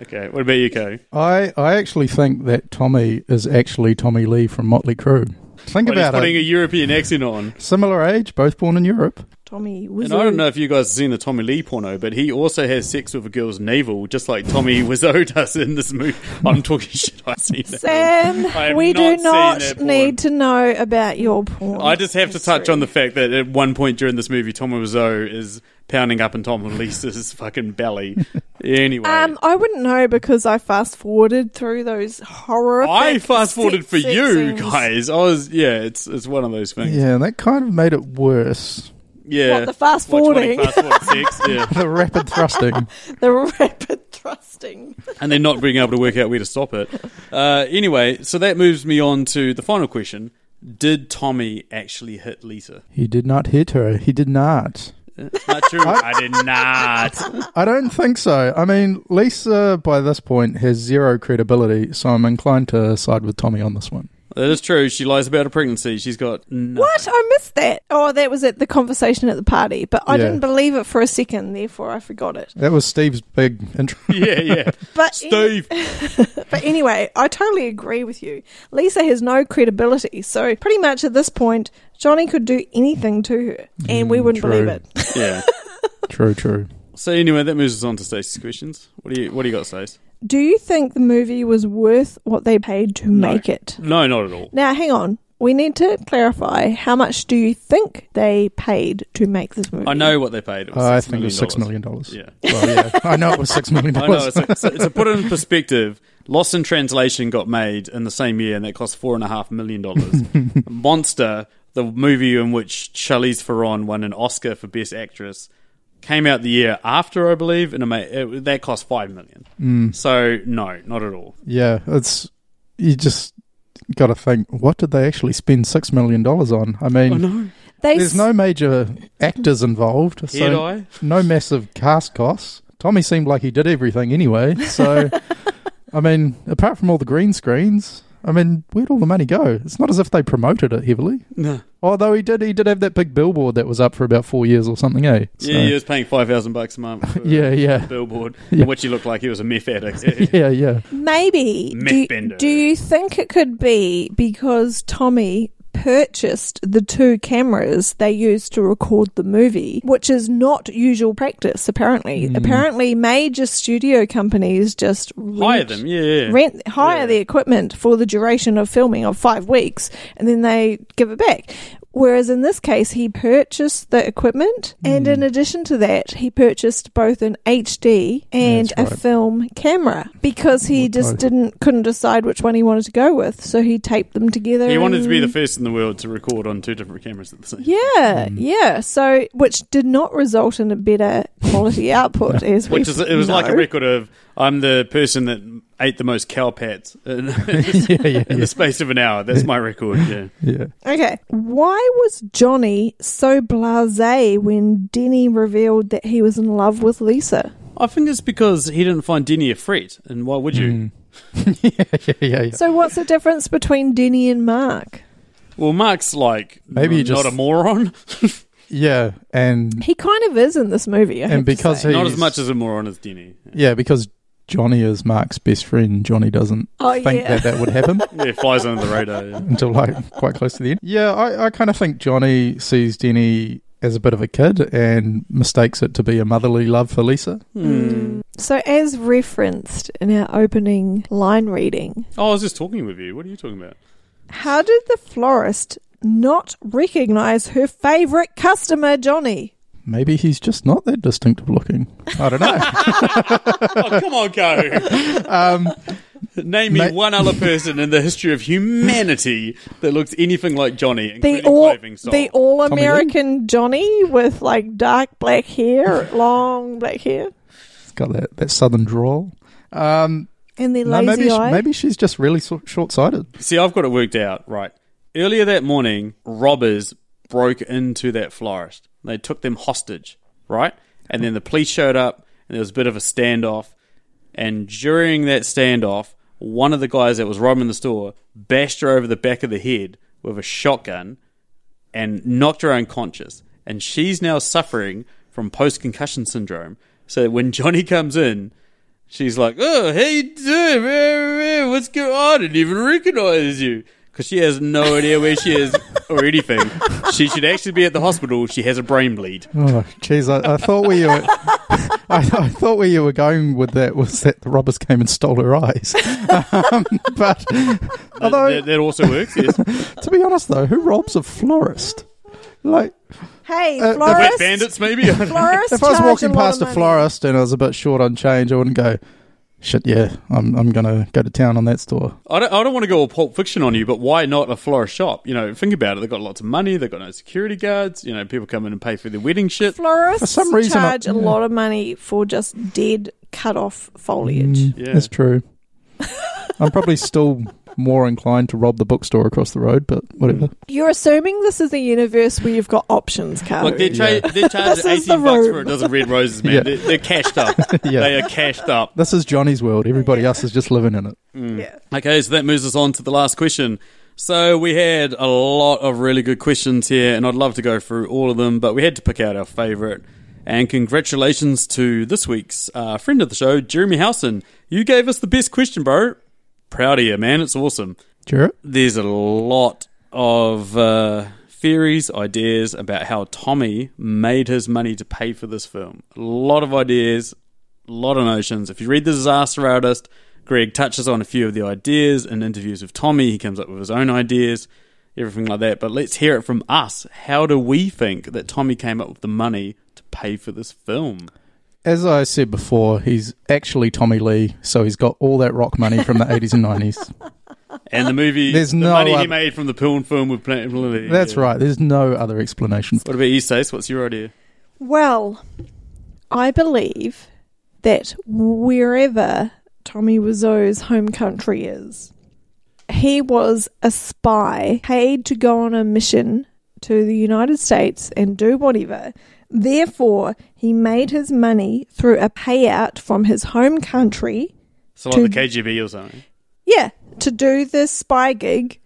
Speaker 6: Okay. What about you, Ko?
Speaker 8: I, I actually think that Tommy is actually Tommy Lee from Motley Crue. Think
Speaker 6: Well, he's
Speaker 8: about it.
Speaker 6: putting a European accent on.
Speaker 8: Similar age, both born in Europe.
Speaker 7: Tommy
Speaker 6: And
Speaker 7: Wiseau.
Speaker 6: I don't know if you guys have seen the Tommy Lee porno, but he also has sex with a girl's navel, just like Tommy Wiseau does in this movie. I'm talking shit. I've seen that. I
Speaker 7: Sam,
Speaker 6: have
Speaker 7: we
Speaker 6: not
Speaker 7: do
Speaker 6: seen that
Speaker 7: not
Speaker 6: porn.
Speaker 7: need to know about your porn.
Speaker 6: I just have to touch
Speaker 7: history.
Speaker 6: on the fact that at one point during this movie, Tommy Wiseau is pounding up in Tom Lisa's fucking belly. Anyway,
Speaker 7: Um, I wouldn't know because I fast forwarded through those horror.
Speaker 6: I fast forwarded for you guys. I was yeah, it's it's one of those things. Yeah,
Speaker 8: Yeah, that kind of made it worse.
Speaker 7: What, the fast
Speaker 6: Watch what he
Speaker 7: forwarding?
Speaker 6: fast forward sex, yeah,
Speaker 8: The rapid thrusting.
Speaker 7: The rapid thrusting.
Speaker 6: and then not being able to work out where to stop it. Uh, anyway, so that moves me on to the final question: Did Tommy actually hit Lisa?
Speaker 8: He did not hit her. He did not.
Speaker 6: Not true. I did not.
Speaker 8: I don't think so. I mean, Lisa by this point has zero credibility, so I'm inclined to side with Tommy on this one.
Speaker 6: That is true. She lies about her pregnancy. She's got nothing.
Speaker 7: What? I missed that. Oh, that was at the conversation at the party, but I
Speaker 8: Yeah.
Speaker 7: didn't believe it for a second, therefore I forgot it.
Speaker 8: That was Steve's big intro.
Speaker 6: Yeah, yeah.
Speaker 7: But
Speaker 6: Steve.
Speaker 7: But anyway, I totally agree with you. Lisa has no credibility, so pretty much at this point, Johnny could do anything to her, and
Speaker 6: Mm,
Speaker 7: we wouldn't
Speaker 8: true.
Speaker 7: believe it.
Speaker 6: yeah.
Speaker 8: true, true.
Speaker 6: So anyway, that moves us on to Stacey's questions. What do you What do you got, Stace?
Speaker 7: Do you think the movie was worth what they paid to make it?
Speaker 6: No, not at all.
Speaker 7: Now, hang on. We need to clarify how much do you think they paid to make this movie?
Speaker 6: I know what they paid. It was
Speaker 8: I
Speaker 6: $6
Speaker 8: think it was six
Speaker 6: dollars.
Speaker 8: million dollars.
Speaker 6: Yeah.
Speaker 8: Well, yeah, I know it was six million
Speaker 6: I know.
Speaker 8: dollars.
Speaker 6: So, so, so put it in perspective, Lost in Translation got made in the same year, and that cost four and a half million dollars. Monster, the movie in which Charlize Theron won an Oscar for Best Actress, came out the year after, I believe, and it made, it, that cost five million.
Speaker 8: Mm.
Speaker 6: So no, not at all.
Speaker 8: Yeah, it's you just got to think. What did they actually spend six million dollars on? I
Speaker 6: Oh,
Speaker 8: mean,
Speaker 7: They
Speaker 8: there's no major actors involved,
Speaker 6: Head
Speaker 8: so
Speaker 6: eye?
Speaker 8: no massive cast costs. Tommy seemed like he did everything anyway. So, I mean, apart from all the green screens, I mean, where'd all the money go? It's not as if they promoted it heavily.
Speaker 6: No.
Speaker 8: Although he did, he did have that big billboard that was up for about four years or something, eh? So-
Speaker 6: Yeah, he was paying five thousand bucks a month. For
Speaker 8: Yeah, yeah.
Speaker 6: a Billboard,
Speaker 8: Yeah.
Speaker 6: in which he looked like he was a meth addict. Yeah.
Speaker 8: yeah, yeah.
Speaker 7: Maybe.
Speaker 6: Myth
Speaker 7: Do,
Speaker 6: bender.
Speaker 7: do you think it could be because Tommy purchased the two cameras they used to record the movie, which is not usual practice,
Speaker 8: Hmm.
Speaker 7: apparently. Apparently, major studio companies just rent,
Speaker 6: Hire them, yeah, yeah.
Speaker 7: Rent, hire
Speaker 6: Yeah.
Speaker 7: the equipment for the duration of filming of five weeks and then they give it back. Whereas in this case, he purchased the equipment, and
Speaker 6: Mm.
Speaker 7: in addition to that, he purchased both an HD and a
Speaker 8: That's right.
Speaker 7: film camera because he just
Speaker 8: type?
Speaker 7: didn't couldn't decide which one he wanted to go with, so he taped them together.
Speaker 6: He wanted to be the
Speaker 7: and-
Speaker 6: first in the world to record on two different cameras at the same. Mm.
Speaker 7: yeah, yeah. So, which did not result in a better quality output, as we
Speaker 6: Which is it was like a
Speaker 7: know.
Speaker 6: record of I'm the person that ate the most cow pats in, in
Speaker 8: yeah, yeah.
Speaker 6: the space of an hour. That's my record. Yeah.
Speaker 8: yeah.
Speaker 7: Okay. Why was Johnny so blasé when Denny revealed that he was in love with Lisa?
Speaker 6: I think it's because he didn't find Denny a threat, and why would you?
Speaker 8: Mm. yeah, yeah, yeah, yeah.
Speaker 7: So, what's the difference between Denny and Mark?
Speaker 6: Well, Mark's like
Speaker 8: Maybe
Speaker 6: maybe
Speaker 8: he
Speaker 6: not
Speaker 8: just-
Speaker 6: a moron,
Speaker 8: Yeah, and
Speaker 7: He kind of is in this movie. I have
Speaker 8: and
Speaker 7: to
Speaker 8: because
Speaker 7: say.
Speaker 8: he
Speaker 6: not as much as a moron as Denny.
Speaker 8: yeah, because Johnny is Mark's best friend. Johnny doesn't
Speaker 7: Oh,
Speaker 8: think
Speaker 7: yeah.
Speaker 8: that that would happen
Speaker 6: Yeah, flies under the radar. Yeah.
Speaker 8: until like quite close to the end. Yeah, I, I kind of think Johnny sees Denny as a bit of a kid and mistakes it to be a motherly love for Lisa.
Speaker 7: Hmm. so, as referenced in our opening line reading,
Speaker 6: Oh, I was just talking with you. What are you talking about?
Speaker 7: how did the florist not recognize her favorite customer, Johnny?
Speaker 8: Maybe he's just not that distinctive looking. I don't know.
Speaker 6: Oh, come on, go. Name me
Speaker 8: ma-
Speaker 6: one other person in the history of humanity that looks anything like Johnny,
Speaker 7: The
Speaker 6: including
Speaker 7: all
Speaker 6: clothing style.
Speaker 7: the all American Johnny with like dark black hair, long black hair,
Speaker 8: It's got that, that southern drawl. Um,
Speaker 7: and the
Speaker 8: no,
Speaker 7: lazy
Speaker 8: maybe she,
Speaker 7: eye.
Speaker 8: maybe she's just really short sighted.
Speaker 6: See, I've got it worked out. Right. Earlier that morning, robbers broke into that florist. They took them hostage, right? And then the police showed up, and there was a bit of a standoff. And during that standoff, one of the guys that was robbing the store bashed her over the back of the head with a shotgun and knocked her unconscious. And she's now suffering from post concussion syndrome. So that when Johnny comes in, she's like, "Oh, how you doing? man? Man, What's going on? I didn't even recognize you." Because she has no idea where she is or anything. She should actually be at the hospital. She has a brain bleed.
Speaker 8: Oh, jeez, I, I thought where you were, I, I thought where you were going with that was that the robbers came and stole her eyes. Um, but although,
Speaker 6: That, that also works. Yes.
Speaker 8: to be honest though, who robs a florist? Like,
Speaker 7: hey,
Speaker 8: Uh,
Speaker 6: Wet
Speaker 7: florist,
Speaker 6: bandits, maybe.
Speaker 7: florist.
Speaker 8: if I was
Speaker 7: charge
Speaker 8: walking
Speaker 7: lot
Speaker 8: past
Speaker 7: of
Speaker 8: a
Speaker 7: money.
Speaker 8: florist and I was a bit short on change, I wouldn't go. Shit, yeah, I'm I'm gonna go to town on that store.
Speaker 6: I don't, I don't want to go all Pulp Fiction on you, but why not a florist shop? You know, think about it. They've got lots of money. They've got no security guards. You know, people come in and pay for their wedding shit.
Speaker 7: florists
Speaker 8: For some reason, I-
Speaker 7: charge a
Speaker 8: yeah.
Speaker 7: lot of money for just dead cut off foliage.
Speaker 6: Yeah.
Speaker 8: Mm, That's true. I'm probably still more inclined to rob the bookstore across the road, but whatever.
Speaker 7: You're assuming this is a universe where you've got options, Carter.
Speaker 6: Look, they're, tra- they're charged
Speaker 7: This
Speaker 6: 18
Speaker 7: is the
Speaker 6: bucks
Speaker 7: room.
Speaker 6: for a dozen red roses, man.
Speaker 8: Yeah.
Speaker 6: They're, they're cashed up.
Speaker 8: Yeah.
Speaker 6: They are cashed up.
Speaker 8: This is Johnny's world. Everybody else is just living in it.
Speaker 7: Yeah.
Speaker 6: Okay, so that moves us on to the last question. So we had a lot of really good questions here, and I'd love to go through all of them, but we had to pick out our favourite. And congratulations to this week's uh, friend of the show, Jeremy Howson. You gave us the best question, bro. Proud of you, man. It's awesome.
Speaker 8: Jarrett?
Speaker 6: There's a lot of uh, theories, ideas about how Tommy made his money to pay for this film. A lot of ideas, lot of notions. If you read The Disaster Artist, Greg touches on a few of the ideas in interviews with Tommy. He comes up with his own ideas, everything like that. But let's hear it from us. How do we think that Tommy came up with the money to pay for this film?
Speaker 8: as I said before, he's actually Tommy Lee, so he's got all that rock money from the 80s and 90s.
Speaker 6: And the movie,
Speaker 8: There's
Speaker 6: the
Speaker 8: no
Speaker 6: money he
Speaker 8: other-
Speaker 6: made from the porn film with Planet Lily.
Speaker 8: That's right. There's no other explanation.
Speaker 6: What about you, Stace? What's your idea?
Speaker 7: Well, I believe that wherever Tommy Wiseau's home country is, he was a spy paid to go on a mission to the United States and do whatever. Therefore, he made his money through a payout from his home country.
Speaker 6: So like
Speaker 7: To-
Speaker 6: the KGB or something.
Speaker 7: Yeah, to do this spy gig.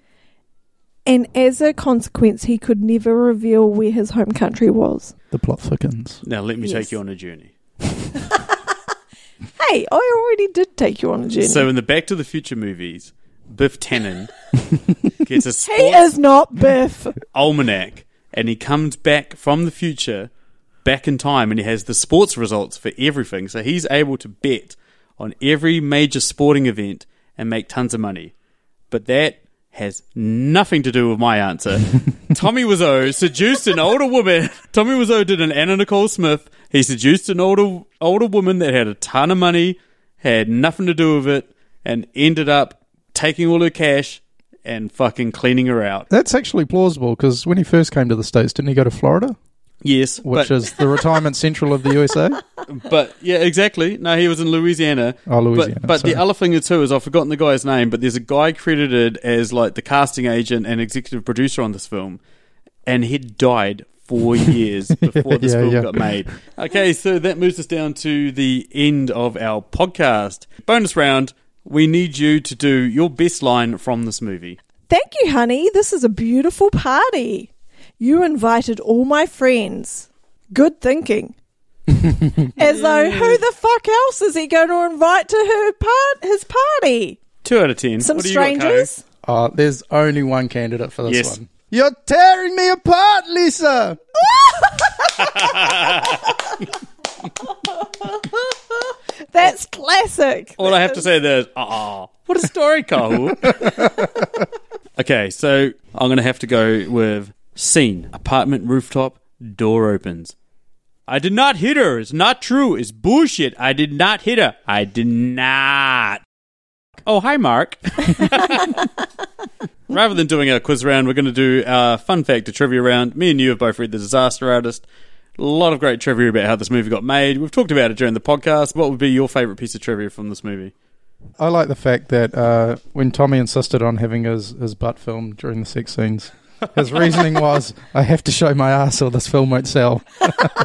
Speaker 7: And as a consequence, he could never reveal where his home country was.
Speaker 8: The plot thickens.
Speaker 6: Now let me take
Speaker 7: Yes.
Speaker 6: you on a journey.
Speaker 7: Hey, I already did take you on a journey.
Speaker 6: So in the Back to the Future movies, Biff Tannen gets a sports
Speaker 7: He is not Biff.
Speaker 6: almanac and he comes back from the future back in time and he has the sports results for everything. So he's able to bet on every major sporting event and make tons of money. But that has nothing to do with my answer. Tommy Wiseau seduced an older woman. Tommy Wiseau did an Anna Nicole Smith. He seduced an older older woman that had a ton of money, had nothing to do with it, and ended up taking all her cash and fucking cleaning her out.
Speaker 8: That's actually plausible because when he first came to the States, didn't he go to Florida,
Speaker 6: Yes,
Speaker 8: which
Speaker 6: but-
Speaker 8: is the retirement central of the USA?
Speaker 6: But yeah, exactly. No, he was in Louisiana.
Speaker 8: Oh, Louisiana,
Speaker 6: But, but the
Speaker 8: sorry.
Speaker 6: other thing too is I've forgotten the guy's name, but there's a guy credited as like the casting agent and executive producer on this film, and he died four years before this
Speaker 8: yeah,
Speaker 6: film
Speaker 8: yeah.
Speaker 6: got made. Okay, so that moves us down to the end of our podcast. Bonus round. We need you to do your best line from this movie.
Speaker 7: Thank you, honey. This is a beautiful party. You invited all my friends. Good thinking. As though, who the fuck else is he going to invite to her part his party?
Speaker 6: Two out of ten.
Speaker 7: Some
Speaker 6: What do you got, Kay?
Speaker 7: strangers.
Speaker 8: Uh, there's only one candidate for this
Speaker 6: Yes.
Speaker 8: one. You're tearing me apart, Lisa!
Speaker 7: That's classic.
Speaker 6: All I have to say there is, ah, what a story, Carl. okay, so I'm going to have to go with scene apartment rooftop, door opens. I did not hit her. It's not true. It's bullshit. I did not hit her. I did not. Oh, hi, Mark. Rather than doing our quiz round, we're going to do our fun fact to trivia round. Me and you have both read The Disaster Artist. A lot of great trivia about how this movie got made. We've talked about it during the podcast. What would be your favorite piece of trivia from this movie?
Speaker 8: I like the fact that uh, when Tommy insisted on having his, his butt filmed during the sex scenes, his reasoning was, I have to show my ass or this film won't sell.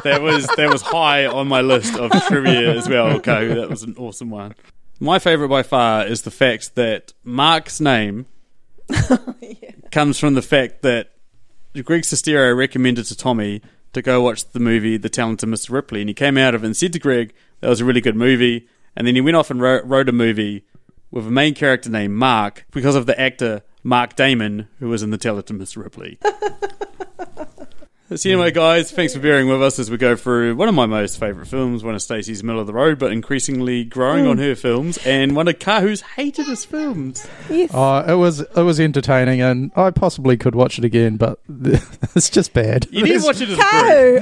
Speaker 6: that was that was high on my list of trivia as well. Okay, that was an awesome one. My favorite by far is the fact that Mark's name comes from the fact that Greg Sestero recommended to Tommy to go watch the movie The Talented Mr. Ripley, and he came out of it and said to Greg that was a really good movie, and then he went off and wrote, wrote a movie with a main character named Mark because of the actor Mark Damon who was in The Talented Mr. Ripley. So anyway, guys, thanks for bearing with us as we go through one of my most favourite films, one of Stacey's middle of the road, but increasingly growing
Speaker 8: Mm.
Speaker 6: on her films, and one of Kahu's hated his films.
Speaker 8: Uh, it was it was entertaining, and I possibly could watch it again, but it's just bad.
Speaker 6: You didn't watch it as a group.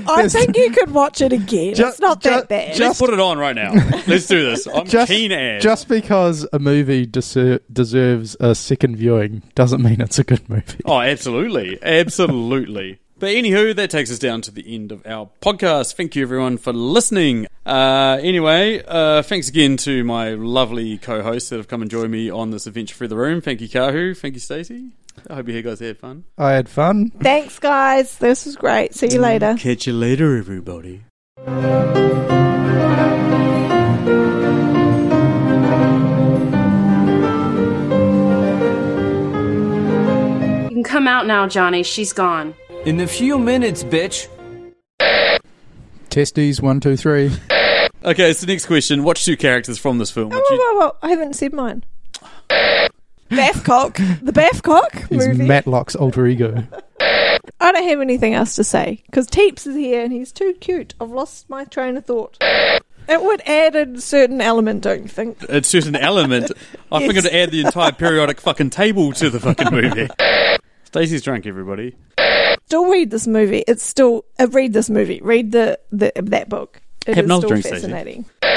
Speaker 7: No, I think you could watch it again.
Speaker 8: Ju-
Speaker 7: it's not
Speaker 8: ju-
Speaker 7: that bad.
Speaker 6: Just put it on right now. Let's do this. I'm
Speaker 8: Just,
Speaker 6: keen as.
Speaker 8: just because a movie deser- deserves a second viewing doesn't mean it's a good movie.
Speaker 6: Oh, absolutely. Absolutely. But anywho, that takes us down to the end of our podcast. Thank you everyone for listening. Uh, anyway, uh, thanks again to my lovely co-hosts that have come and joined me on this adventure through the room. Thank you, Kahu. Thank you, Stacey. I hope you guys had fun.
Speaker 8: I had fun.
Speaker 7: Thanks, guys. This was great.
Speaker 6: Mm.
Speaker 7: See you later.
Speaker 6: Catch you later, everybody.
Speaker 9: You can come out now, Johnny. She's gone.
Speaker 10: In a few minutes, bitch.
Speaker 8: Testes one two three.
Speaker 6: Okay, so next question. Watch two characters from this film.
Speaker 7: Whoa,
Speaker 6: Would you-
Speaker 7: whoa, whoa. I haven't said mine. Babcock. The Babcock
Speaker 8: He's
Speaker 7: movie.
Speaker 8: Matlock's alter ego.
Speaker 7: I don't have anything else to say because Teeps is here and he's too cute. I've lost my train of thought. It would add a certain element, don't you think?
Speaker 6: It's just an element. I
Speaker 7: Yes.
Speaker 6: forgot to add the entire periodic fucking table to the fucking movie. Stacey's drunk, everybody.
Speaker 7: Still read this movie. It's still uh, read this movie. Read the, the that book. it is
Speaker 6: Have another
Speaker 7: still
Speaker 6: drink, Stacey.
Speaker 7: fascinating.